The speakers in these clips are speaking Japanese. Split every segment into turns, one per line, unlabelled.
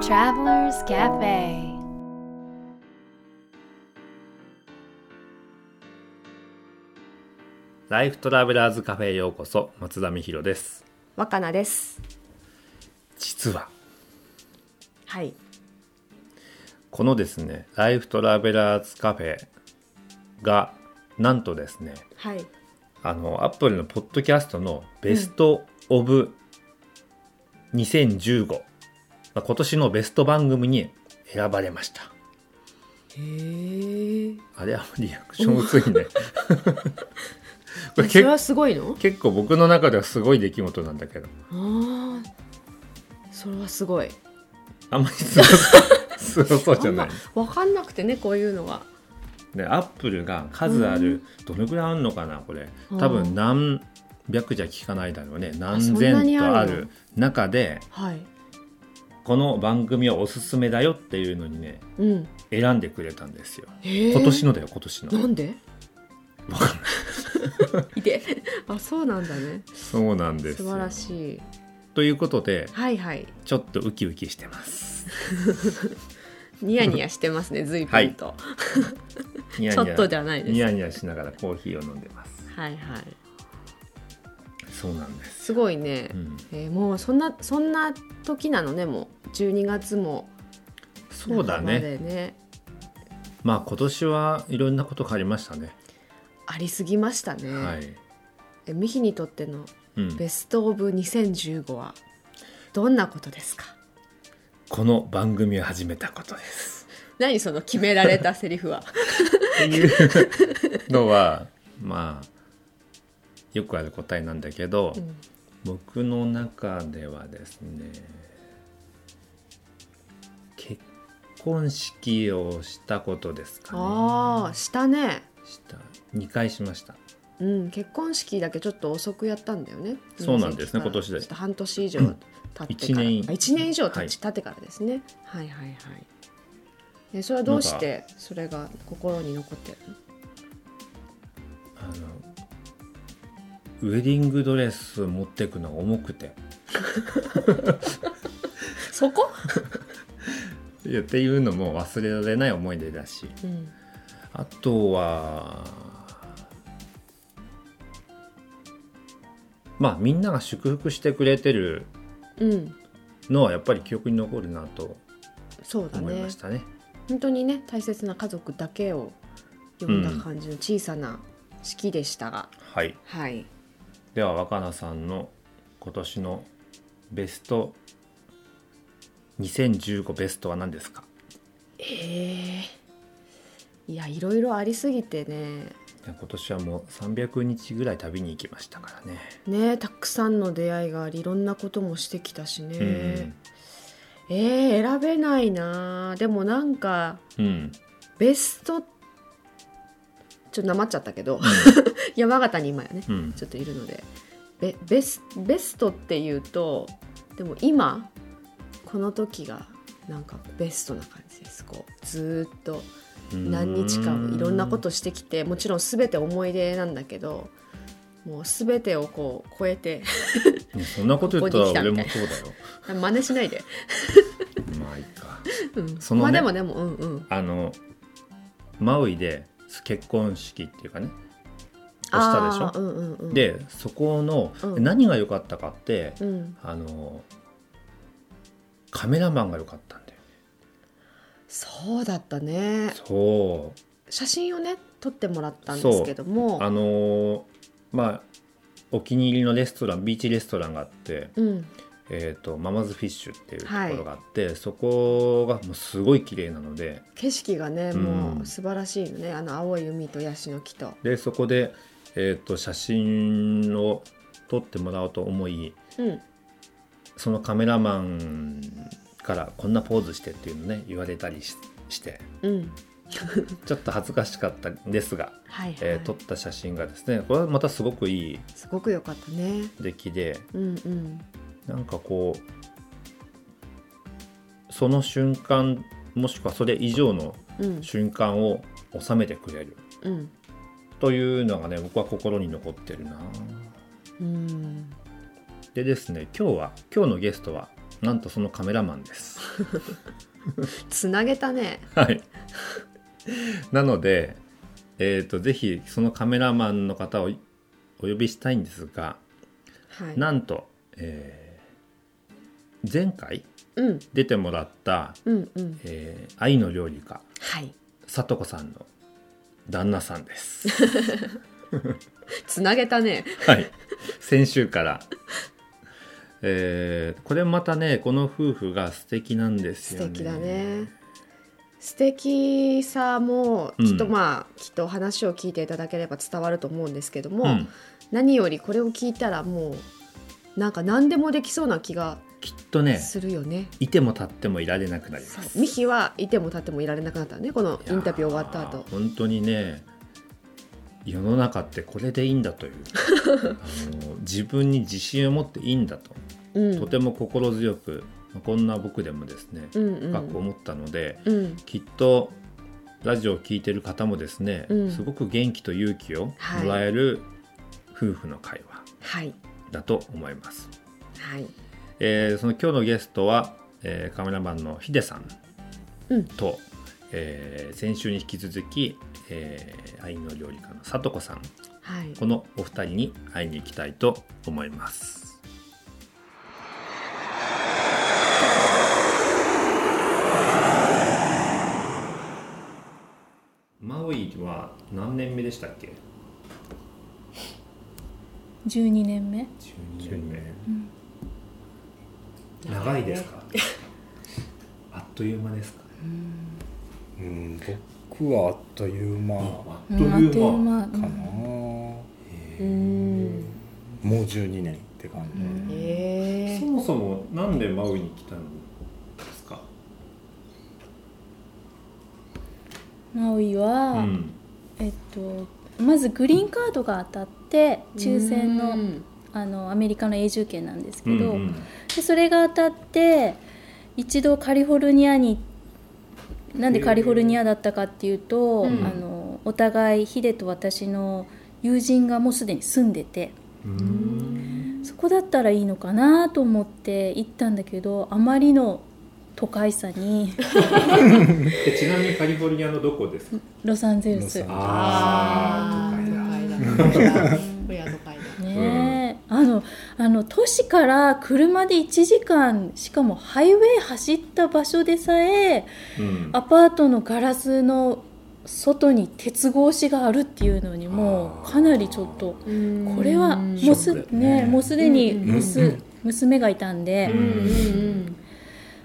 Travelers Cafe
ライフトラベラーズカフェへようこそ松田美弘です
若菜です。
実は
はい。
このですねライフトラベラーズカフェがなんとですね
はい。
あのアップルのポッドキャストのベストオブ2015、まあ今年のベスト番組に選ばれました
へえ。
あれあんまりリアクション薄いね これ
それ
結
はすごいの？
結構僕の中ではすごい出来事なんだけど
ああ。それはすごい。
あんまりすごそうすごそうじ
あ
ゃ
ん
ない
まわかんなくてねこういうのが。
でアップルが数ある、どのぐらいあるのかなこれ多分何百じゃ聞かないだろうね何
そんな
千
に
と
あ
あ
るの
る中で
はい。
この番組はおすすめだよっていうのにね
うん。
選んでくれたんですよ
へえ。
今年のだよ今年
な
の
んで？
わかんない
いて。あそうなんだね。
そうなんです
素晴らしい。
ということで
はいはい。
ちょっとウキウキしてます
ニヤニヤしてます ね随分と。
ニヤ
ち
ニ
ょ
ヤ
っとじゃないです。
ニ
は
ヤニヤしながらコーヒーを飲んでます
いはい。
そうなんです、
すごいね
う。ん、
えー、もうそんなそんな時なのねもう12月も
そうだ
半ば
ね
でね
まあ今年はいろんなことがありましたね、
ありすぎましたね、
はい、
えミヒにとっての
うん、
ベストオブ2015はどんなことですか
この番組を始めたことです。
何その決められたセリフは
っていうのはまあよくある答えなんだけど、
うん
僕の中ではですね結婚式をしたことですか
ああしたね
ね。した2回しました。
うん結婚式だけちょっと遅くやったんだよね
そうなんですね今年で
ちょっと半年以上経って
一
から
年
あ一年以上
は
経
い
ち、経ってからですねはいはいはいえそれはどうしてそれが心に残ってるの
あのウェディングドレス持ってくのが重くて。
そこ、
いやっていうのも忘れられない思い出だし。
うん、
あとはまあみんなが祝福してくれてる
うん、
のはやっぱり記憶に残るなと
そうだ
思い
ね
ましたね。
本当にね大切な家族だけを呼んだ感じの小さな式でしたが、
はい、
はい
では若菜さんの今年のベスト2015ベストは何ですか
えー、いやいろいろありすぎてね
いや今年はもう300日ぐらい旅に行きましたからね。
ねたくさんの出会いがありいろんなこともしてきたしね、えー、選べないなでもなんか
うん、うん、
ベストちょっとなまっちゃったけ ど山形に今やね
うん
ちょっといるのでベベスベストっていうとでも今この時がなんかベストな感じですこうずーっと何日間いろんなことしてきてもちろん全て思い出なんだけどもう全てをこう超えて
ねそんなこと言ったら俺もそうだよ。
真似しないで、
まあいいか。
うん
そのね
まあでもでもうんうん
あのマウイで結婚式っていうかねをした
あ
でしょ
ー、うんうんうん、、
でそこの、
うん
何が良かったかって、
うん、
あのカメラマンが良かったんだよ
そうだったね
そ
写真をね撮ってもらったんですけども
うあのまあお気に入りのレストランビーチレストランがあって、
うん
えー、とママズフィッシュっていうところがあって、そこがもうすごい綺麗なので
景色がね
うん
もう素晴らしいよね、あの青い海とヤシの木と、
でそこで、えー、と写真を撮ってもらおうと思い
うん、
そのカメラマンからこんなポーズしてっていうのね言われたりしして
うん、
ちょっと恥ずかしかったんですが、
はいはい、
えー撮った写真がですねこれはまたすごくいい
すごく良かったね。
出来で
うんうん、
なんかこうその瞬間もしくはそれ以上の
うん、
瞬間を収めてくれる
うん、
というのがね僕は心に残ってるな
うん、
でですね今日は今日のゲストはなんとそのカメラマンです。
つなげたね
はい。なので、えー、とぜひそのカメラマンの方をお呼びしたいんですが、
はい
なんと、えー前回
うん
出てもらった、
うんうん
えー愛の料理家
はい
さとこさんの旦那さんです。
つなげたね
はい、先週から、えーこれまたねこの夫婦が素敵なんです
素
よね。
敵だね素敵さも
うん
きっとまあ、きっと話を聞いていただければ伝わると思うんですけども、
うん、
何よりこれを聞いたらもうなんか何でもできそうな気が
きっとね
するよね。
いても立ってもいられなくなり
そ
ま
う
す。
ミヒはいても立ってもいられなくなったねこのインタビュー終わった
いや
後
ー本当にね世の中ってこれでいいんだという あの自分に自信を持っていいんだと、
うん
とても心強くまあこんな僕でもですね
うんう
深く
ん
思ったので、
うん
きっとラジオを聞いてる方もですね、
うん
すごく元気と勇気をもらえる夫婦の会話
はい
だと思います、
はい
えーその今日のゲストは、えーカメラマンのヒデさん
うん
と、えー先週に引き続き、えー愛の料理家のさとこさん
はい
このお二人に会いに行きたいと思いますマウイは何年目でしたっけ
12年目
12年目、長いですか あっという間ですか
うん、僕はあっという間か
あっという間、
あっという間
な、
うん
も
うーん
う12年って感じ、
うん
え
そ
ー
もそもなんでマウイに来たんですか
マウイは、
ん
えっと、まずグリーンカードが当たって抽選の,、
うん
あのアメリカの永住権なんですけ
う
ど、
んうん
でそれが当たって一度カリフォルニアになんでカリフォルニアだったかっていうと、
うん
あのお互いヒデと私の友人がもうすでに住んでて
うん
そこだったらいいのかなと思って行ったんだけどあまりの都会さに
えちなみにカリフォルニアのどこですか
ロサンゼルス
ロサンゼルス
あー都会だこれは都会だ
ねえ、あのあの都市から車で1時間しかもハイウェイ走った場所でさえ
うん
アパートのガラスの外に鉄格子があるっていうのにも
あ
う
ー
かなりちょっとこ
こ
れはもう
ショ
す,、
ックだよね
ね、もうすでに
うん
うんう
娘
ん
娘がいたんで、
うん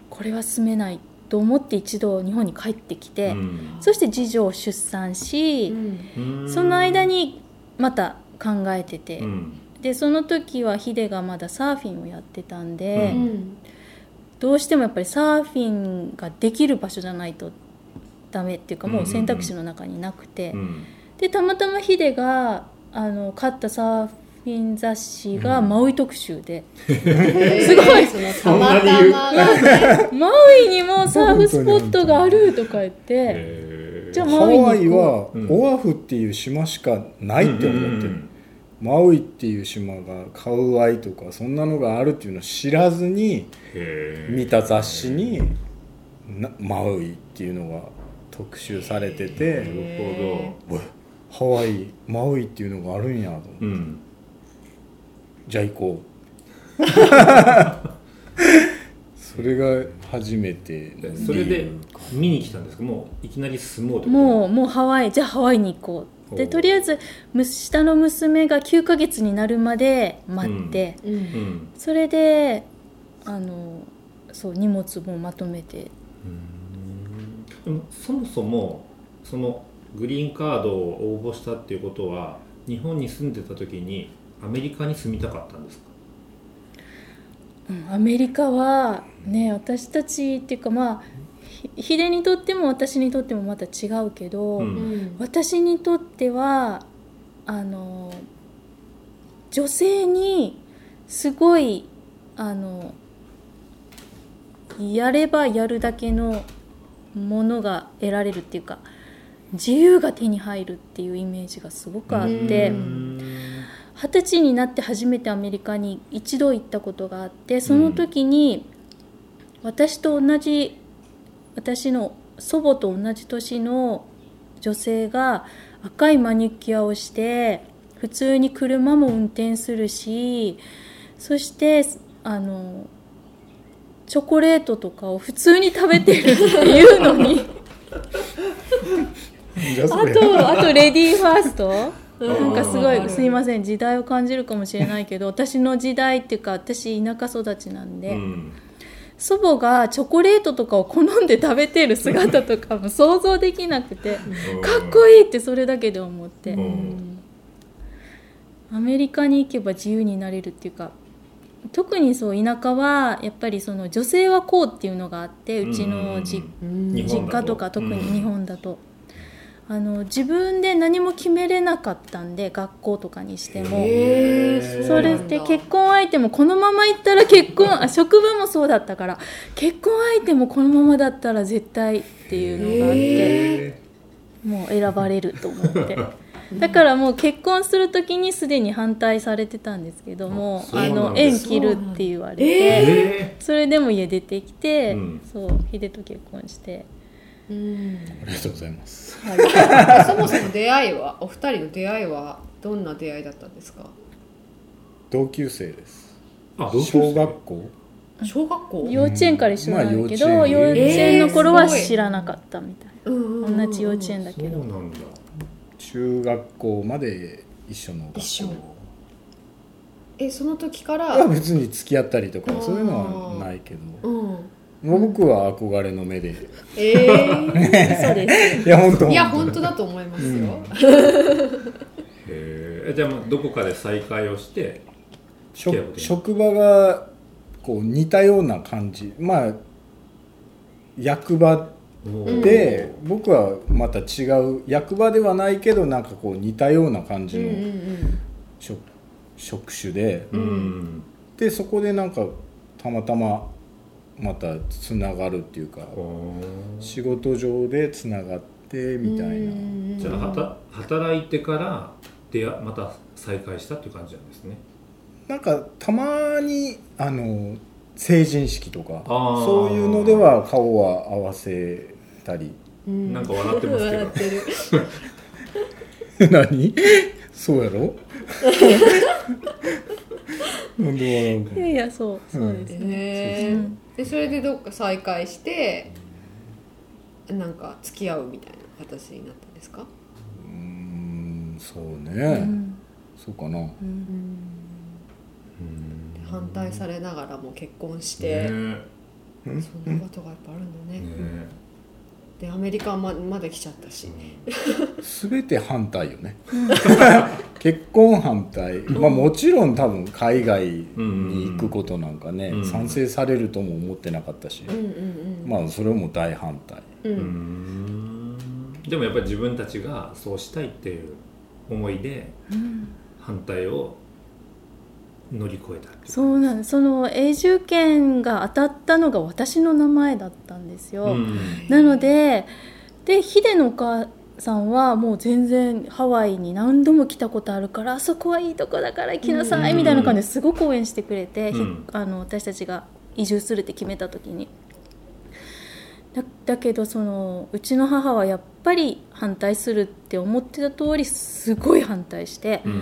これは住めないと思って一度日本に帰ってきて、
うん
そして次女を出産し、
うん
その間にまた考えてて。
うん
でその時はヒデがまだサーフィンをやってたんで、
うん
どうしてもやっぱりサーフィンができる場所じゃないとダメっていうかもう選択肢の中になくて、
うん
でたまたまヒデがあの買ったサーフィン雑誌が
うん
マウイ特集で、
す
ごい
そのたまたまがね
マウイにもサーフスポットがあるとか言って
へー
じゃあ
ハ
マウイに
ワイ
行こ
は
うん
オアフっていう島しかないって
うん
思って
う
る、
ん
マウイっていう島がカウアイとかそんなのがあるっていうのを知らずに
へー
見た雑誌になマウイっていうのが特集されて
な
て
る
うわハワイマウイっていうのがあるんやと思って
ほどうん
じゃあ行こ うそれが初めての
えそれで見に来たんですかもういきなり住もうってこ
う
と
もうもうハワイじゃあハワイに行こう
お
で
う
とりあえずむ下の娘が9ヶ月になるまで待って。
う、ん
それであのそう荷物もまとめて
うんでもそもそもそのグリーンカードを応募したっていうことは日本に住んでた時にアメリカに住みたかったんですか
うんアメリカはね私たちっていうかまあひヒデにとっても私にとってもまた違うけど、
うん
私にとってはあの女性にすごいあのやればやるだけのものが得られるっていうか自由が手に入るっていうイメージがすごくあって。
うん
二十歳になって初めてアメリカに一度行ったことがあってその時に、私と同じ私の祖母と同じ年の女性が赤いマニキュアをして普通に車も運転するしそしてあのチョコレートとかを普通に食べてるっていうのに
じ ゃあ
あ
それ
とあとレディーファーストなんかすご
うん
いすいません時代を感じるかもしれないけど私の時代っていうか私田舎育ちなんで、
うん
祖母がチョコレートとかを好んで食べてる姿とかも想像できなくてかっこ
いい
いいってそれだけで思って、
うん
アメリカに行けば自由になれるっていうか特にそう田舎はやっぱりその女性はこうっていうのがあってうちのじ、
うん
日本
実
だと
家とか特
う
に
ん
日本だと、あの自分で何も決めれなかったんで学校とかにしても。
へー
それで結婚相手もこのまま行ったら結婚あ職場もそうだったから結婚相手もこのままだったら絶対っていうのがあって
え
もう選ばれると思ってだからもう結婚する時にすでに反対されてたんですけども
そう
あ
なん
の
で
縁
す
切るって言われ
え
て
え
それでも家出てきて
うん
そう秀と結婚して
うん
ーありがとうございます
はいそもそも出会いはお二人の出会いはどんな出会いだったんですか
同級生です
あ同級生
小学校
小学校
幼稚園から一緒なんだけど
まあ
幼
幼稚園
稚園の頃は
えーすごい
知らなかったみたいな
同
同じ幼稚園だけ
そう
ど
なんだ
中学校まで一緒の学校
一緒えその時か
いや
ら
別に付き合ったりとかそういうのはないけど
うん
僕は憧れの目で
え ー
そうです
いや本当
いや本当だと思いますよ
へえじゃあまあどこかで再会をして
しょ
付き合うことに
職場がこう似たような感じまあ役場で、僕はまた違う役場ではないけどなんかこう似たような感
う
じ
んうん
の職,、職種で
うんうん
でそこでなんかたまたままたつながるっていうか
おー
仕事上でつながって
うん
みたい
じ
な
ゃあはた働いてから出会また再会したっていう感じなんですね
なんかたまにあの成人式とか
あー
そういうのでは顔は合わせたり
うん
なんか笑ってますけど
笑ってる
何そうやろなんで笑う
いやいやそうそうですね、
へえでそれでどっか再会してなんか付き合うみたいな形になったんですか
うーんそうね、
うん
そうかな
うん
うん
反対されながらも結婚して、
ね
そんなことがやっぱあるんだね、
ね
でアメリカままで来ちゃったし、
全て反対よね 結婚反対、まあ、もちろん多分海外に行くことなんかね、
うん
賛成されるとも思ってなかったし
う、んうんうん
まあそれも大反対
う
うんんでもやっぱり自分たちがそうしたいっていう思いで反対を乗り越えたっていう
そうなんですその永住権が当たったのが私の名前だったんですよ、
うん
なのででヒデのお母さんはもう全然ハワイに何度も来たことあるからあそこはいいとこだから行きなさい
うん
みたいな感じですごく応援してくれて、ひ
うん
あの私たちが移住するって決めた時に。だだけどそのうちの母はやっぱり反対するって思ってた通りすごい反対して、
うん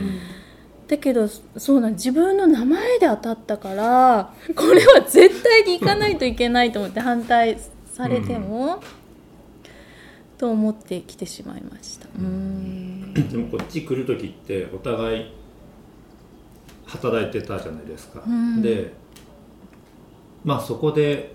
だけどそうなん自分の名前で当たったからこれは絶対に行かないといけないと思って反対されても、と思って来てしまいました。うん
でもこっち来る時ってお互い働いてたじゃないですか、
うん
でまあそこで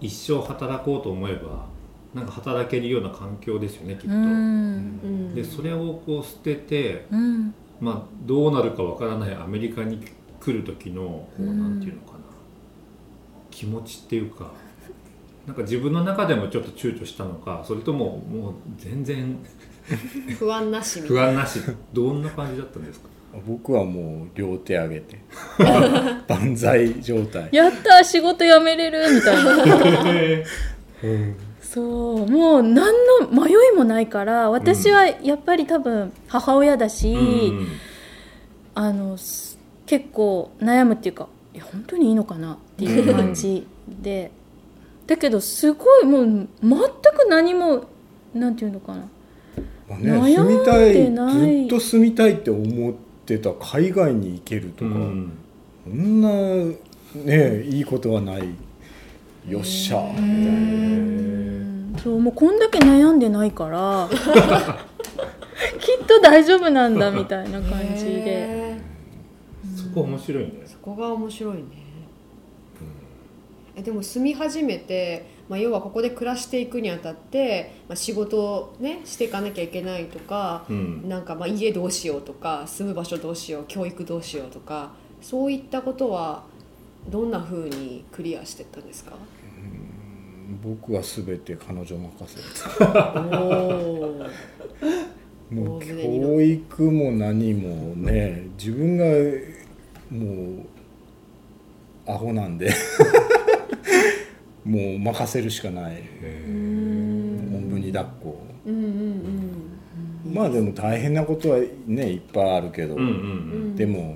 一生働こうと思えばなんか働けるような環境ですよねきっと、
うん
うん
でそれをこう捨てて、
うん
まあ、どうなるかわからないアメリカに来る時のこう
うん
なんていうのかな、気持ちっていうかなんか自分の中でもちょっと躊躇したのかそれとももう全然
不安なしみたい
不安なしどんな感じだったんですか
僕はもう両手上げて 万歳状態
やった仕事辞めれるみた いなそうもう何の迷いもないから私はやっぱり多分母親だし、
うん
あのす結構悩むっていうかいや本当にいいのかなっていう感じでだけどすごいもう全く何もなんていうのかな
まあね、
悩
住
ん
みたい
でない
ずっと住みたいって思ってた海外に行けるとか、
うん
そんなねいいことはないよっしゃみたいな
そうもうこんだけ悩んでないから きっと大丈夫なんだみたいな感じで
へー
そこ面白いね
そこが面白いね、えでも住み始めて、まあ、要はここで暮らしていくにあたって、まあ、仕事をねしていかなきゃいけないとか、
うん
なんかまあ家どうしようとか住む場所どうしよう教育どうしようとかそういったことはどんな風にクリアしてったんですか
僕は全て彼女任せ
おー
もう
大船に乗っ
教育も何もね自分がもうアホなんでもう任せるしかないおんぶに抱っこ
うんうんうん
まあでも大変なことはねいっぱいあるけど、
うんうん
うん
でも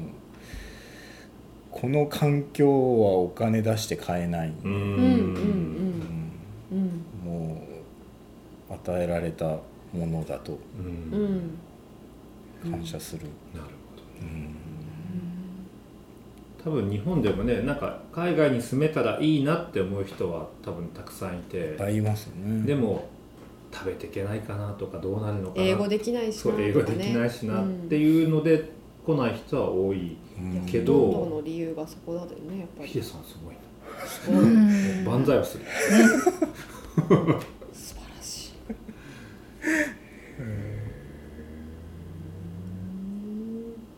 この環境はお金出して買えない、
うんう
うんうん
ん
うんうん
もう与えられたものだと
う
うんんうん
感謝する、
なるほど多分日本でもねなんか海外に住めたらいいなって思う人は多分たくさんいて
いっぱいいますね
でも食べていけないかなとかどうなるのかな
英語できないし
そ
な
う英語できないしな
う
っ
ん
ていうので来ない人は多い
うん
け
ど
ど
んどんの理由がそこだよねやっぱ
ヒデ
り
さんすごいな
すごい
万歳をする
素晴らしい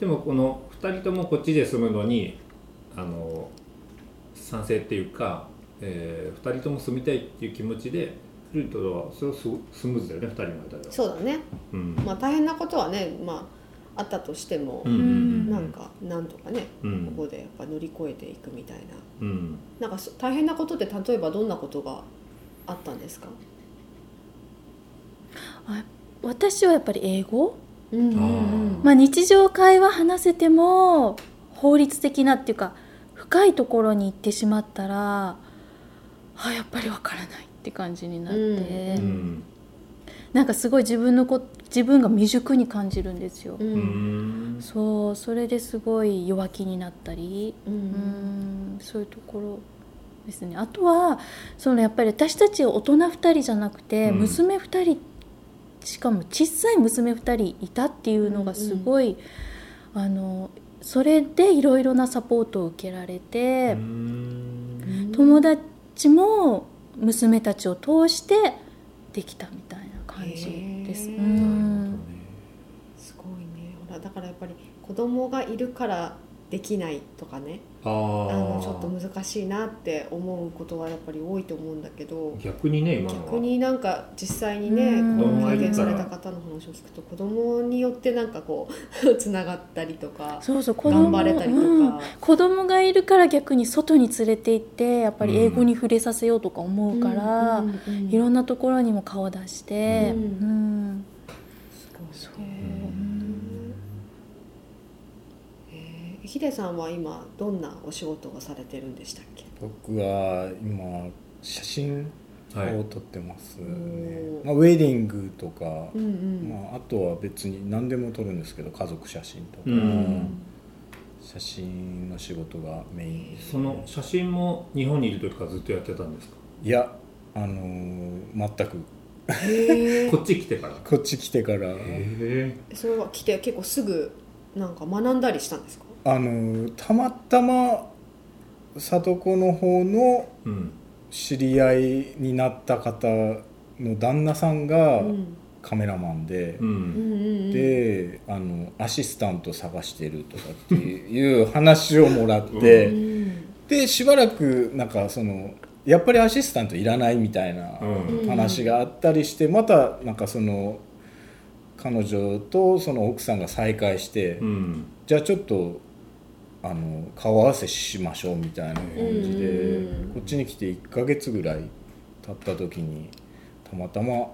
でもこの2人ともこっちで住むのにあの賛成っていうか、え2人とも住みたいっていう気持ちで来るとそれはすごスムーズだよね2人の間では。
そうだね
うん
まあ大変なことはねまああったとしても、
うんうん
なんかなんとかね
う
こ
ん
こでやっぱ乗り越えていくみたいな
うん
なんかそ大変なことって例えばどんなことがあったんですか、
私はやっぱり英語、
うん
うんうん
まあ、日常会話話せても法律的なっていうか深いところに行ってしまったらあやっぱりわからないって感じになって、
う
うん
なんかすごい自分のこ自分が未熟に感じるんですよ、
うん
う
うん
ん
そうそれですごい弱気になったり
う
うんんそういうところですねあとはそのやっぱり私たち大人2人じゃなくて、
うん
娘2人しかも小さい娘2人いたっていうのがすごい、あのそれでいろいろなサポートを受けられて。
うん
友達も娘たちを通してできたみたいな感じです。
へ
う
ー
ん
すごいねほらだからやっぱり子供がいるからできないとかね
あ
あのちょっと
ー
難しいなって思うことはやっぱり多いと思うんだけど
逆にね今のは
逆になんか実際にね
うん
子供を経験された方の話を聞くと子供によってなんかこうつながったりとか
そうそう子
頑
供
張れたりと
うん
か。
子供がいるから逆に外に連れて行ってやっぱり英語に触れさせようとか思うから、
うんうんうん
いろんなところにも顔出して、
う
うんん
すごいね
うん
へえヒデさんは今どんなお仕事をされてるんでしたっけ
僕は今写真
はい
を撮ってます、ね
おー
まあ、ウェディングとか、
うんうん、
まあ、あとは別に何でも撮るんですけど家族写真とか、
うん
写真の仕事がメインです
その写真も日本にいる時からずっとやってたんですか
いやあのー全く
へえ
こっち来てからへ
こっち来てから
え
それは来て結構すぐなんか学んだりしたんですか
あのたまたま里子の方の
うん
知り合いになった方の旦那さんが
うん
カメラマンで
う、
うんんうんうん
であのアシスタント探してるとかっていう話をもらっ
う
て、
ん
でしばらくなんかそのやっぱりアシスタントいらないみたいな
うん
話があったりして、またなんかその彼女とその奥さんが再会して。
うん
じゃあちょっとあの顔合わせしましょうみたいな感じで
うんうんうん
こっちに来て1ヶ月ぐらい経った時にたまたま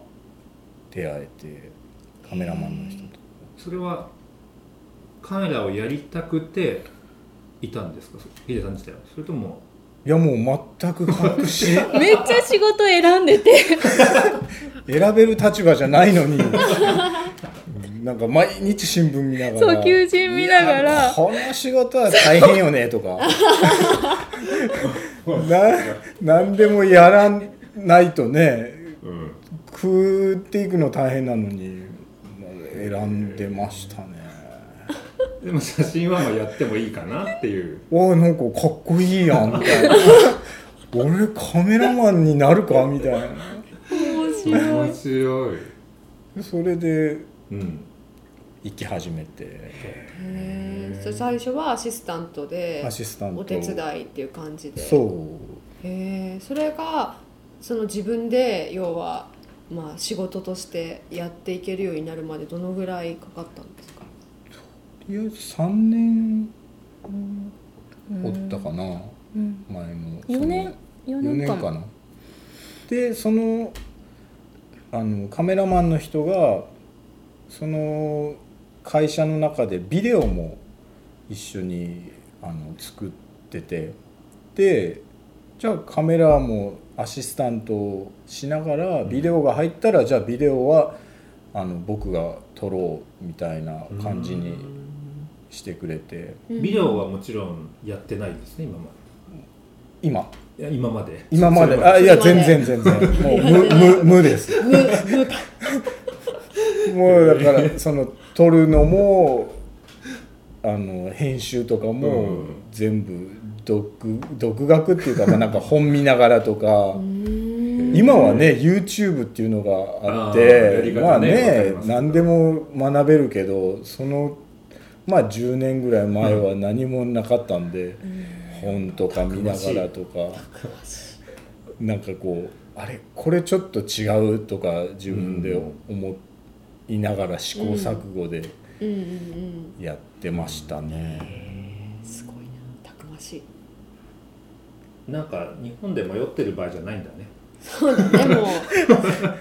出会えてカメラマンの人と
それはカメラをやりたくていたんですかヒデさん自体はそれとも
いやもう全く隠し
めっちゃ仕事選んでて
選べる立場じゃないのに なんか毎日新聞見ながら
そう求人見ながら
いやこの仕事は大変よねとか な何でもやらないとね
うん
食っていくの大変なのにもう選んでましたね
でも写真はまあやってもいいかなっていう
わあなんかかっこいいやんみ たいな俺カメラマンになるかみたいな
面白い、
それで
うん、
行き始めて
へえ最初はアシスタントで
アシスタント
お手伝いっていう感じで
そう
へえそれがその自分で要は、まあ、仕事としてやっていけるようになるまでどのぐらいかかったんですか
とりあえず3年おったかな、
うん
前も
4年4
4
年
年
間
かなでそのあのカメラマンの人がその会社の中でビデオも一緒にあの作っててでじゃあカメラもアシスタントをしながらビデオが入ったら、じゃあビデオはあの僕が撮ろうみたいな感じにしてくれて
ビデオはもちろんやってないですね今ま
今
でいや今まで
今ま
そ
で
れは
あいや
それま
全
で
然全然もう無無無ですもうだからその撮るのもあの編集とか
う
も
ん
全部独独学っていうかまあなんか本見ながらとか今はね YouTube っていうのがあっ
あーや
て
り方ね
まあ
わかり
ね
ます
何でも学べるけどそのまあ10年ぐらい前は何もなかったんで本とか見ながらとかなんかこうあれこれちょっと違うとか自分で思いながら試行錯誤で
うんうんうん
やってましたね。
すごいなたくましい
なんか日本で迷ってる場合じゃないんだね、
そう だねもう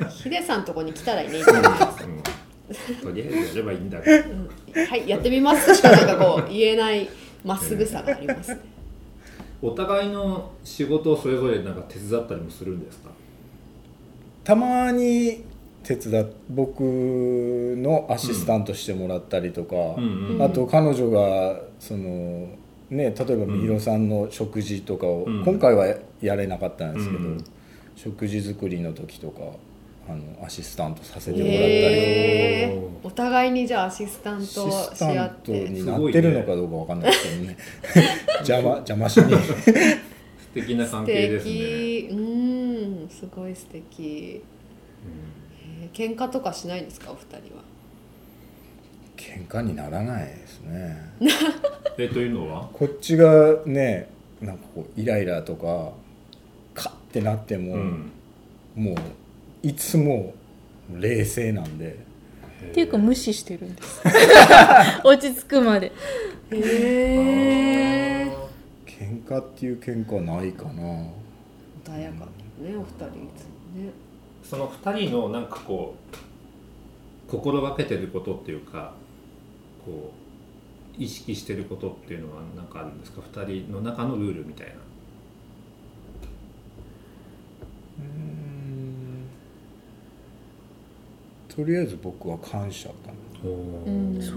ヒデさんとこに来たらい いね
うん、 とりあえずやればいいんだけど
うんはいやってみますしかなんかこう言えないまっすぐさがありますね
お互いの仕事をそれぞれなんか手伝ったりもするんですか
たまに手伝っ僕のアシスタントしてもらったりとか、
うん
うん
あと彼女がそのね例えばみひろさんの食事とかを、
うん
今回はやれなかったんですけど、
うん
食事作りの時とかあのアシスタントさせてもらったりとか。
へ
り
えお互いにじゃあアシスタン
ア
ト
シス
し
タ
合
ン
っ
ト
て
になってるのかどうかわかんないですけどね 邪魔邪魔しに
素敵な
素
関係ですね
敵うんすごい素敵へえ喧嘩とかしないんですかお二人は
喧嘩にならないですね
えというのは
こっちがねなんかこうイライラとかカッてなっても、
うん
もういつも冷静なんで
っていうか無視してるんです 落ち着くまで
へえ
喧嘩っていう喧嘩ないかな
穏やかだねお二人いつもね
その2人のなんかこう心がけてることっていうかこう意識してることっていうのは何かあるんですか2人の中のルールみたいな
とりあえず僕は感謝か
うん
そう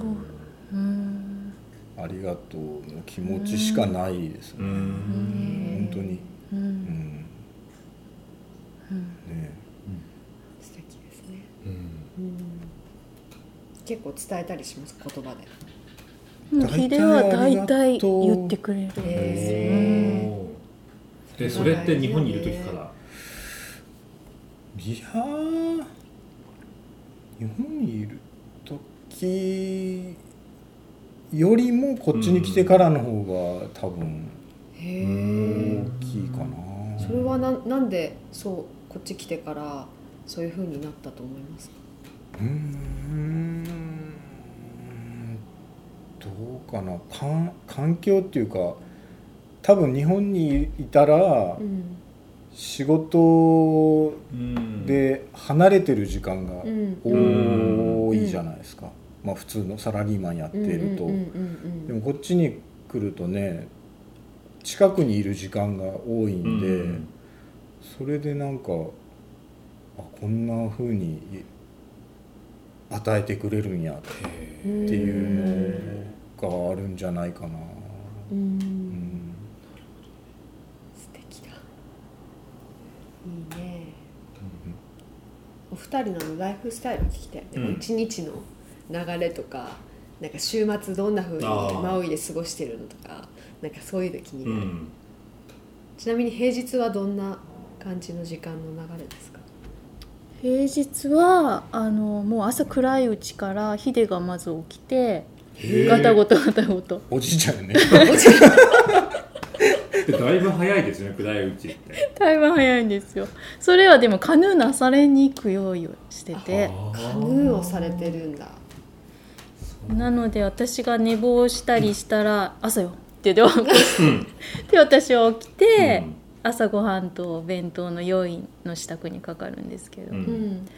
うん
なありがとうの気持ちしかないです
う
ね、
ん
本当に
う
うんん、ね
素敵ですね
うん
うん結構伝えたりします言葉で
うん
大体
ヒデは大
あ
体
りがとう
言ってくれる
へえ
でそれって日本にいる時から
いやー日本にいる時よりもこっちに来てからの方が多分
へ
大
え
きいかな、
それはななんでそうこっち来てからそういう風になったと思いますか
うーんどうかなかん環境っていうか多分日本にいたら
うん
仕事
うん
で離れてる時間が
うん
多いじゃないですか、まあ、普通のサラリーマンやってると、
うんうんうんうんうん
でもこっちに来るとね近くにいる時間が多いんで、
うん
それでなんかあこんな風に与えてくれるんやっていうのがあるんじゃないかな、
う
うんん、
素敵だいいねお二人のあのライフスタイル聞きたいね
うん
一、日の流れとかなんか週末どんな風に
あー
マウイで過ごしてるのとかなんかそういうの気に
う
なる、
ん
ちなみに平日はどんな感じの時間の流れですか
平日はあのもう朝暗いうちからヒデがまず起きてガタゴトガタゴト
おじいちゃんやね
でだいぶ早いですね暗いうちって
台湾早いんですよそれはでもカヌーなされに行く用意をしてて
カヌーをされてるんだ
なので私が寝坊したりしたら「朝よ」って言 って起こしてで私は起きて、
うん
朝ごはんと弁当の用意の支度にかかるんですけ
う
ど、
うんん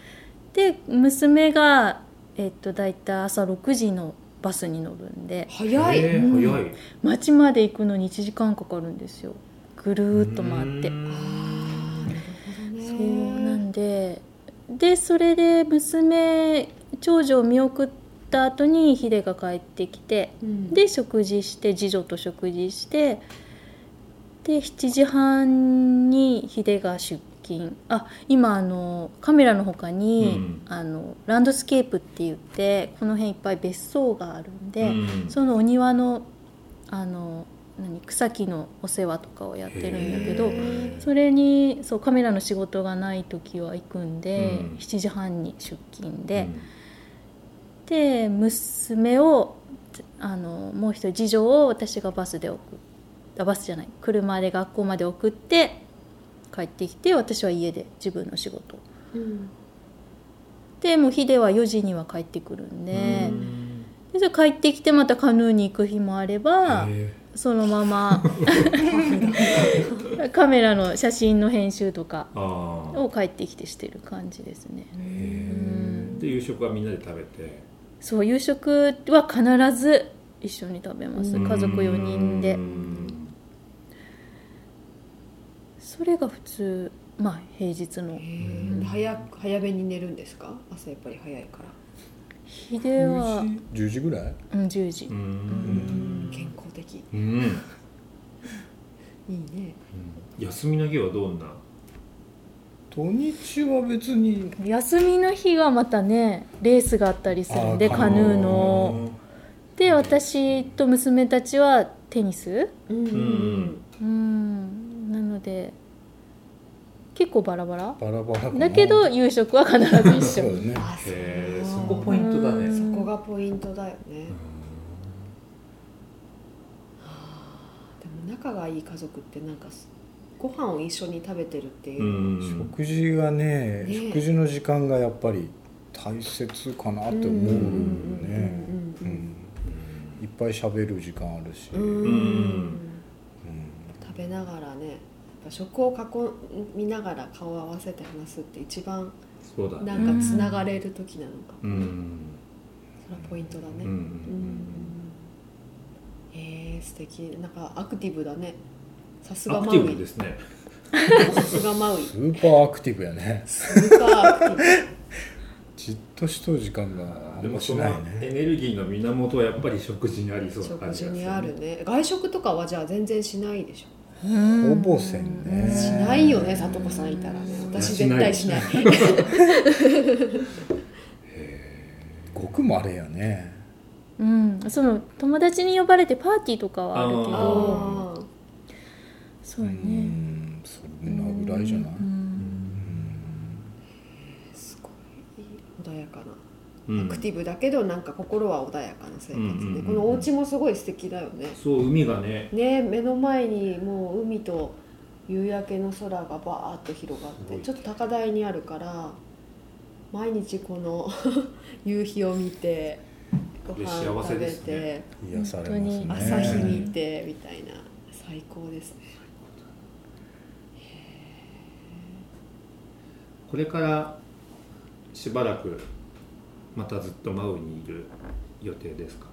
で娘が、えっと、大体朝6時のバスに乗るんで
早い、
えー早い
町まで行くのに1時間かかるんですよぐるーっと回って
う。ん
あーなるほどね
そうなんででそれで娘長女を見送った後にヒデが帰ってきて
うん
で食事して次女と食事してで7時半にヒデが出勤あ今あのカメラの他に、
うん
あのランドスケープって言ってこの辺いっぱい別荘があるんで、
うん
そのお庭のあの何草木のお世話とかをやってるんだけど
へー
それにそうカメラの仕事がない時は行くんで、
うん
7時半に出勤で、で娘をあのもう一人次女を私がバスで送っあバスじゃない車で学校まで送って帰ってきて私は家で自分の仕事
うん
でもうヒデは4時には帰ってくるんで,、
うん
でそれ帰ってきてまたカヌーに行く日もあれば。
へ
そのま まカメラの写真の編集とか
ーあー
を帰ってきてしてる感じですね
へーで夕食はみんなで食べて
そう夕食は必ず一緒に食べます家族4人で
うん
それが普通まあ平日の
へえ早く早めに寝るんですか朝やっぱり早いから
日では、うん、
10時ぐらい
10時
うん
健康的
うん
いいね
休みの日はどんな
土日は別に
休みの日はまたねレースがあったりするんで
あー
カヌーので私と娘たちはテニス
うん
うん
うんなので結構バラバラ
バラバラかな
だけど夕食は必ず
そ
一
う
緒
だね
あそう
へえ
そ
そ
こ
こポイントだ
う
ね
ん
がポイントだよねでも仲がいい家族ってなんかすご飯を一緒に食べてるっていうう、
ん
食事がね
ねえ
食事の時間がやっぱり大切かなって
うんうんうんう
思うよね
ん
うんいっぱい喋る時間あるし、
うん
うん
食べながらねやっぱ食を囲みながら顔を合わせて話すって一番
そうだ
な
ね
んかつながれる時なのか、
うん
それはポイントだね、
うんう
うん
ん
えー、素敵なんかアクティブだねさす
ア
が
ク
マ
テ
ウ
ィブで
イ
すね
さすがマウイ
スーパーアクティブやね
スーパーアクティブ
じっとしとる時間があ
で
ん
も
ま
そ
し
の
ない
エ
ね
ネルギーの源はやっぱり食事にあり そうな
食
感じ
事
がする
にあるね外食とかはじゃあ全然しないでしょ
ほぼせんね
しないよねさとこさんいたらね私絶対しない
ごくまれやね
うん、その友達に呼ばれてパーティーとかはあるけ
あ
ど
ー
ああ
そう
う
ね
んそんなぐらいじゃない
すごい穏やかな、
うん
アクティブだけどなんか心は穏やかな生活
う
ね、
んうんうん
このお家もすごい素敵だよね
そう海がね
ね目の前にもう海と夕焼けの空がバーッと広がっ
すご
て
い
ちょっと高台にあるから毎日この 夕日を見てご飯
幸せ
食べ
です
て、
ね
癒されますね
本当
朝日見てみたいな最高ですね
これからしばらくまたずっとマウイにいる予定ですか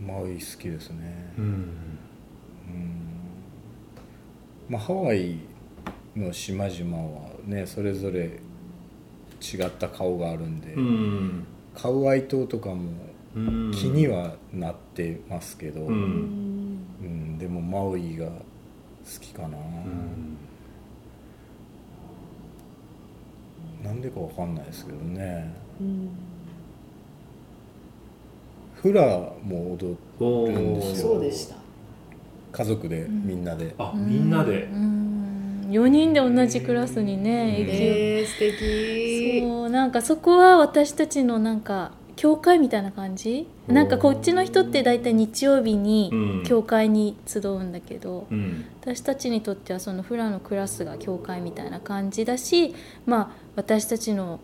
うマウイ好きですね、
うん
まあ、ハワイの島々はねそれぞれ違った顔があるんで、
うん
カウアイ島とかも
うん
気にはなってますけど、
う
うん
ん
でもマウイが好きかな、
うん
なんでかわかんないですけどね
うん
フラも踊る
お
う
ー
ん
そうでした
家族で
ん
みんなで、
あみんなで
うん4人で同じクラスにね
うん
行ける
えー、素敵
そうなんかそこは私たちのなんか教会みたいな感じ
おー
なんかこっちの人って大体日曜日に
ん
教会に集うんだけど、
うん
私たちにとってはそのフラのクラスが教会みたいな感じだしまあ私たちの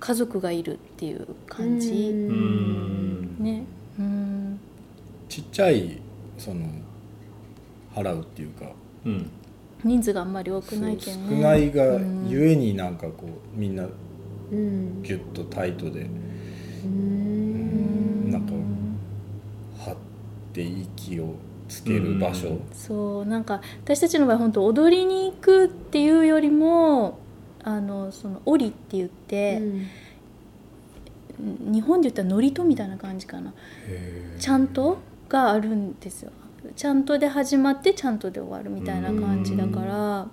家族がいるっていう感じ、
うん
ねうん
ちっちゃいその払うっていうか
うん
人数があんまり多く
そう
ないけ
少
んね
ないが
うん
ゆえになんかこうみんな
うん
ギュッとタイトで
うん
なんか張って息をつける場所、
そうなんか私たちの場合本当踊りに行くっていうよりもあのその折りって言って、日本で言ったらノリとみたいな感じかなちゃんとがあるんですよちゃんとで始まってちゃんとで終わるみたいな感じだから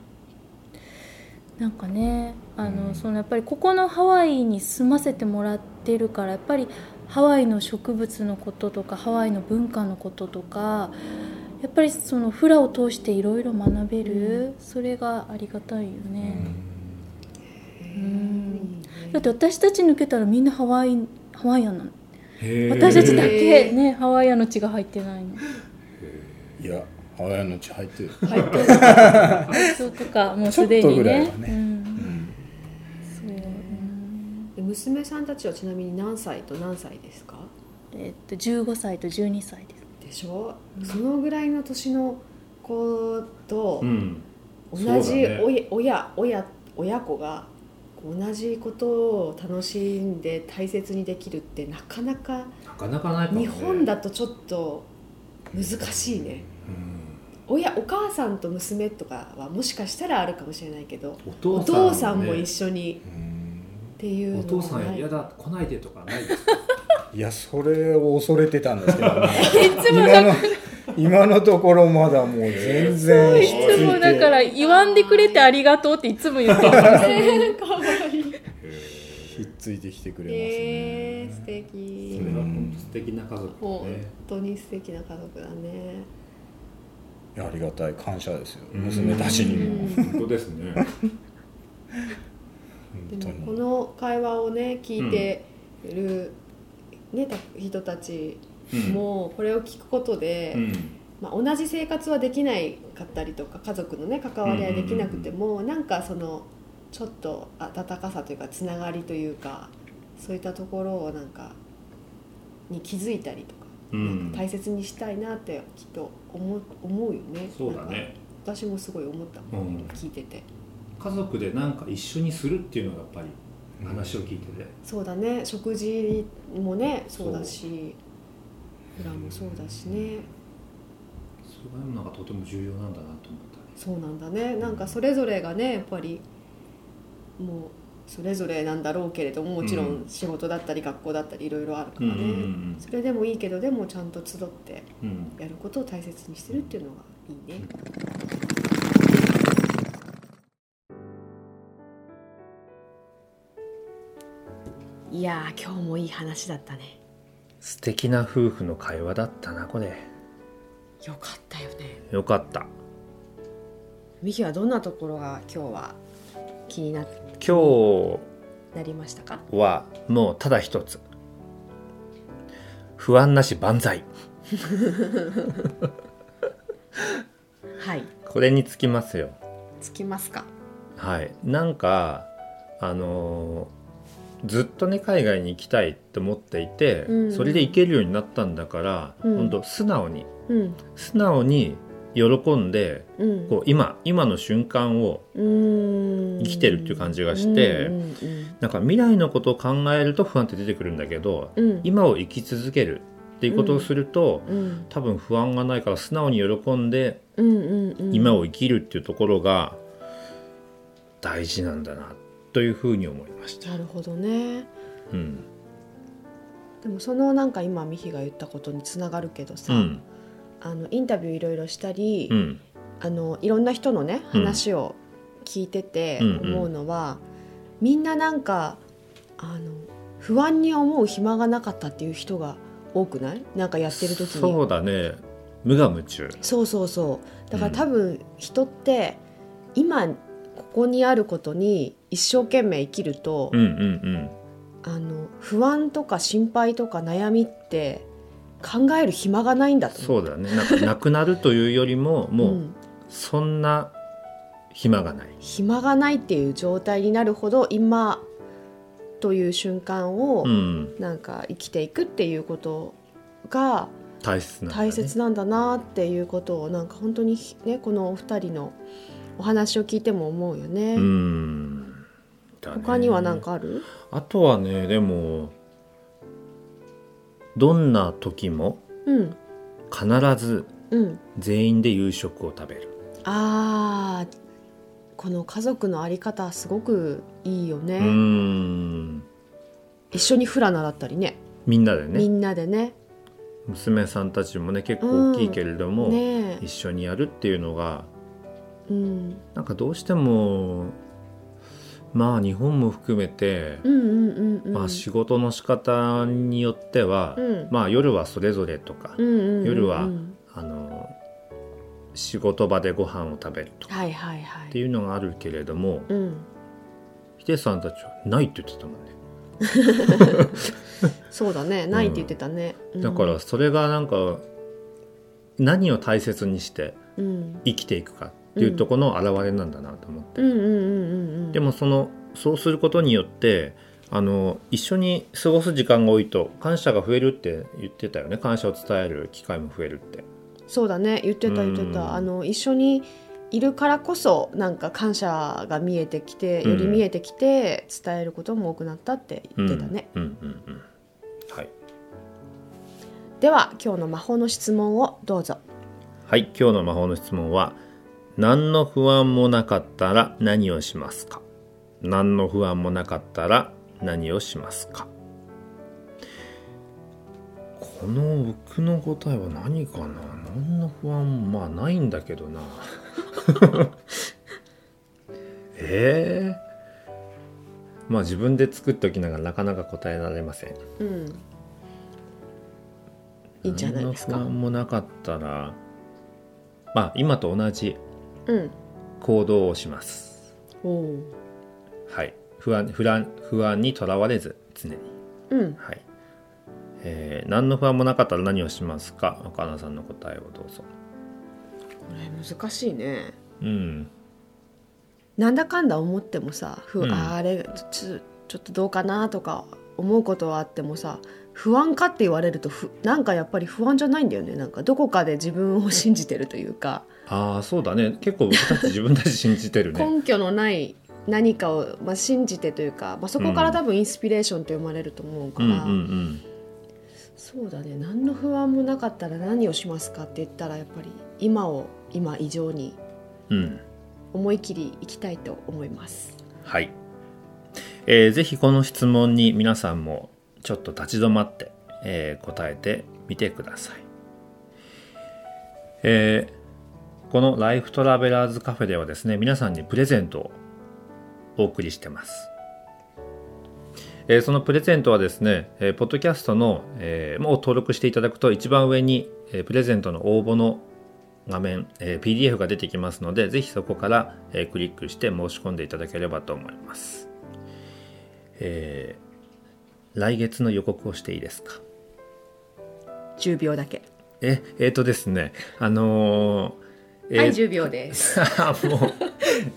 なんかねあ
う
の
ん
そのやっぱりここのハワイに住ませてもらってるからやっぱりハワイの植物のこととかハワイの文化のこととかやっぱりそのフラを通していろいろ学べるそれがありがたいよね。うんだって私たち抜けたらみんなハワイハワイアンなの
へー
私たちだけねハワイアンの血が入ってないの。
いやハワイアンの血入ってる
配当とか配当とかもうすで
ちょっと
に
ぐらい
ね
はね
うんそう
で娘さんたちはちなみに何歳と何歳ですか
えっと15歳と12歳です
でしょ、そのぐらいの年の子と
うん
同じ
そうだね
親、親親親子が同じことを楽しんで大切にできるってなかなか
なかなかないかもね
日本だとちょっと難しいね
うん
親お母さんと娘とかはもしかしたらあるかもしれないけど
お父さ
お
ん
父さんも
ね
一緒にっていうの
お父
は
さ
なんい
嫌だ来ないでとかないです
いやそれを恐れてたんですけど、ね、
つも
今の今のところまだもう全然
い
ひっつ
つも
い
だか
て
ら言わんでくれてありがとうっていつも言ってる
かわいい
ひっついてき てくれますね、
えー、素
そ
敵
れは本当素敵な家族
本
だね
当に素敵な家族だね
いやありがたい感謝ですよ
うん
娘たちにも
本当ですね
本
で
当
もこ
に
の会話をね聞いてる、ね、た人たちもこれを聞くことで、
うん
まあ、同じ生活はできないかったりとか家族のね関わり合いできなくても、なんかそのちょっと温かさというかつながりというかそういったところをなんかに気づいたりとか,、
うん
大切にしたいなってきっと思う思うよね
そうだ
なんか
ね
私もすごい思ったもん、
うん
聞いてて
家族でなんか一緒にするっていうのがやっぱり話を聞いてて
そうだね食事もねそうだし裏もそうだしね
それがなんかとても重要なんだなと思ったね
そうなんだねなんかそれぞれがねやっぱりもうそれぞれなんだろうけれどももちろん
う
仕事だったり学校だったりいろいろあるか
うん
らね、それでもいいけどでもちゃんと集って
うんうん
やることを大切にしてるっていうのがいいね。いやー今日もいい話だったね
素敵な夫婦の会話だったなこれ
よかったよね
よかった
ミキはどんなところが今日は気にな
今
なりましたか
日はもうただ一つ不安なし万歳
はい
これにつきますよ
つきますか
はいなんかあのーずっとね海外に行きたいと思っていて、
うん
それで行けるようになったんだから、
うん
本当素直に
うん
素直に喜んで
うん
こう今今の瞬間を
生
生きてるっていう感じがして、なんか未来のことを考えると不安って出てくるんだけど、
うん
今を生き続けるっっていうことをすると、
うん
多分不安がないから素直に喜んで
うんうんうん
今を生きるっていうところが大事なんだなというふうに思いました。
なるほどね
うん
でもそのなんか今美姫が言ったことにつながるけどさ、
うん
あのインタビューいろいろしたり、
うん
あのいろんな人のね
うん
話を聞いてて
うんうん
思うのは、みんななんかあの不安に思う暇がなかったっていう人が多くないなんかやってる時に
そうだね無我夢中
そうそうそうだか
う
ら
ん
多分人って今ここにあることに一生懸命生きると、
うんうん
あの不安とか心配とか悩みって考える暇がないんだ
うん
と思う
そうだねなん かなくなるというよりもも
う
うんそんな暇がない、
暇がないっていう状態になるほど今という瞬間を
うん、
なんか生きていくっていうことが
大切なんだね
大切なんだなっていうことをなんか本当にねこのお二人のお話を聞いても思うよね。
うんだね
他には何かある？
あとはねでもどんな時も
うん
必ず
うん。
全員で夕食を食べる
ああこの家族のあり方すごくいいよね。
うん
一緒にフラナだったりね
みんなで
み
ね
んなでね
娘さんたちもね結構大きいけれども、
ねえ
一緒にやるっていうのが
うん
なんかどうしてもまあ日本も含めて、
うんうんうんうん。
まあ、仕事の仕方によっては、
うん
まあ、夜はそれぞれとか、
うんうんうんうん
夜はあの仕事場でご飯を食べるとか
はいはいはい。
っていうのがあるけれども、
うん。
ヒデさんたちはないって言ってたもんね
そうだね。ないって言ってたね。うん
だからそれがなんか何を大切にして
うん
生きていくかっていうところの表れなんだなと思って、
うんうんうんうんうん。
でもそのそうすることによってあの一緒に過ごす時間が多いと感謝が増えるって言ってたよね感謝を伝える機会も増えるって
そうだね言ってた言って
うん
たあの一緒にいるからこそなんか感謝が見えてきて
うん
より見えてきて伝えることも多くなったって言ってたね、
うんうんうんうんはい、
では今日の魔法の質問をどうぞ
はい、今日の魔法の質問は何の不安もなかったら何をしますか何の不安もなかったら何をしますかこの僕の答えは何かな何の不安もまあないんだけどな えーまあ自分で作っておきながらなかなか答えられません
うんいいんじゃないですか
何の不安もなかったらまあ今と同じ
うん
行動をします
おお
はい不安不安不安にとらわれず常に
うん
はい、えー何の不安もなかったら何をしますか若菜さんの答えをどうぞ
これ難しいね
うん
なんだかんだ思ってもさふ、
うん
ああれちょちょっとどうかなとか思うことはあってもさ不安かって言われるとふなんかやっぱり不安じゃないんだよねなんかどこかで自分を信じてるというか、
ああそうだね結構僕たち自分たち信じ てるね
根拠のない何かを、まあ、信じてというか、まあ、そこか
う
ら
ん
多分インスピレーションって生まれると思う
う
か
んうん
ら、
うん
そうだね何の不安もなかったら何をしますかって言ったらやっぱり今を今以上に
うん
思い切りいきたいと思います。
はい、えーぜひこの質問に皆さんもちょっと立ち止まって、えー答えてみてください、えーこのライフトラベラーズカフェではですね皆さんにプレゼントをお送りしてますえーそのプレゼントはですね、えーポッドキャストの、えーもう登録していただくと一番上に、えープレゼントの応募の画面、えー PDF が出てきますので、ぜひそこから、えークリックして申し込んでいただければと思います。えー来月の予告をしていいですか
10秒だけ。
え、えーとですね、あのーえー
はい、10秒です。
あー もう、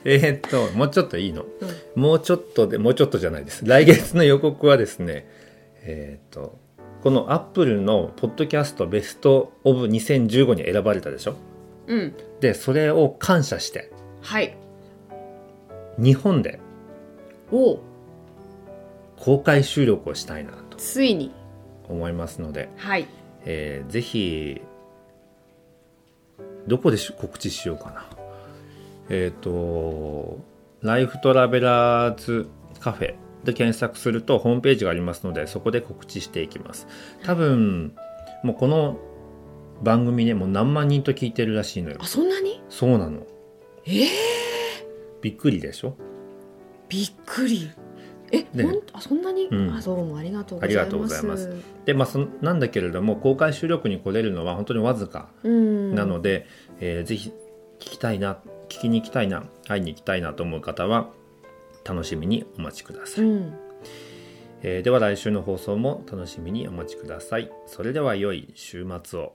えーっと、もうちょっといいの。もうちょっとで、もうちょっとじゃないです。来月の予告はですね、えーっと、このアップルのポッドキャストベストオブ2015に選ばれたでしょ
うん、
で、それを感謝して、
はい。
日本で
お
公開収録をしたいなと
ついに
思いますので、
はい
えーぜひどこでし告知しようかなえっ、とライフトラベラーズカフェで検索するとホームページがありますのでそこで告知していきます多分もうこの番組ねもう何万人と聞いてるらしいのよ
あそんなに
そうなの
ええ
びっくりでしょ
びっくりえ、
ね
ほんとあそんなに、
うん
あどうもありがとう
あ
ございます
りがとうございますでまあそのなんだけれども公開収録に来れるのは本当にわずか
うん
なので、えーぜひ聞きたいな聞きに行きたいな会いに行きたいなと思う方は楽しみにお待ちくださ
う
い、
ん
えーでは来週の放送も楽しみにお待ちくださいそれでは良い週末を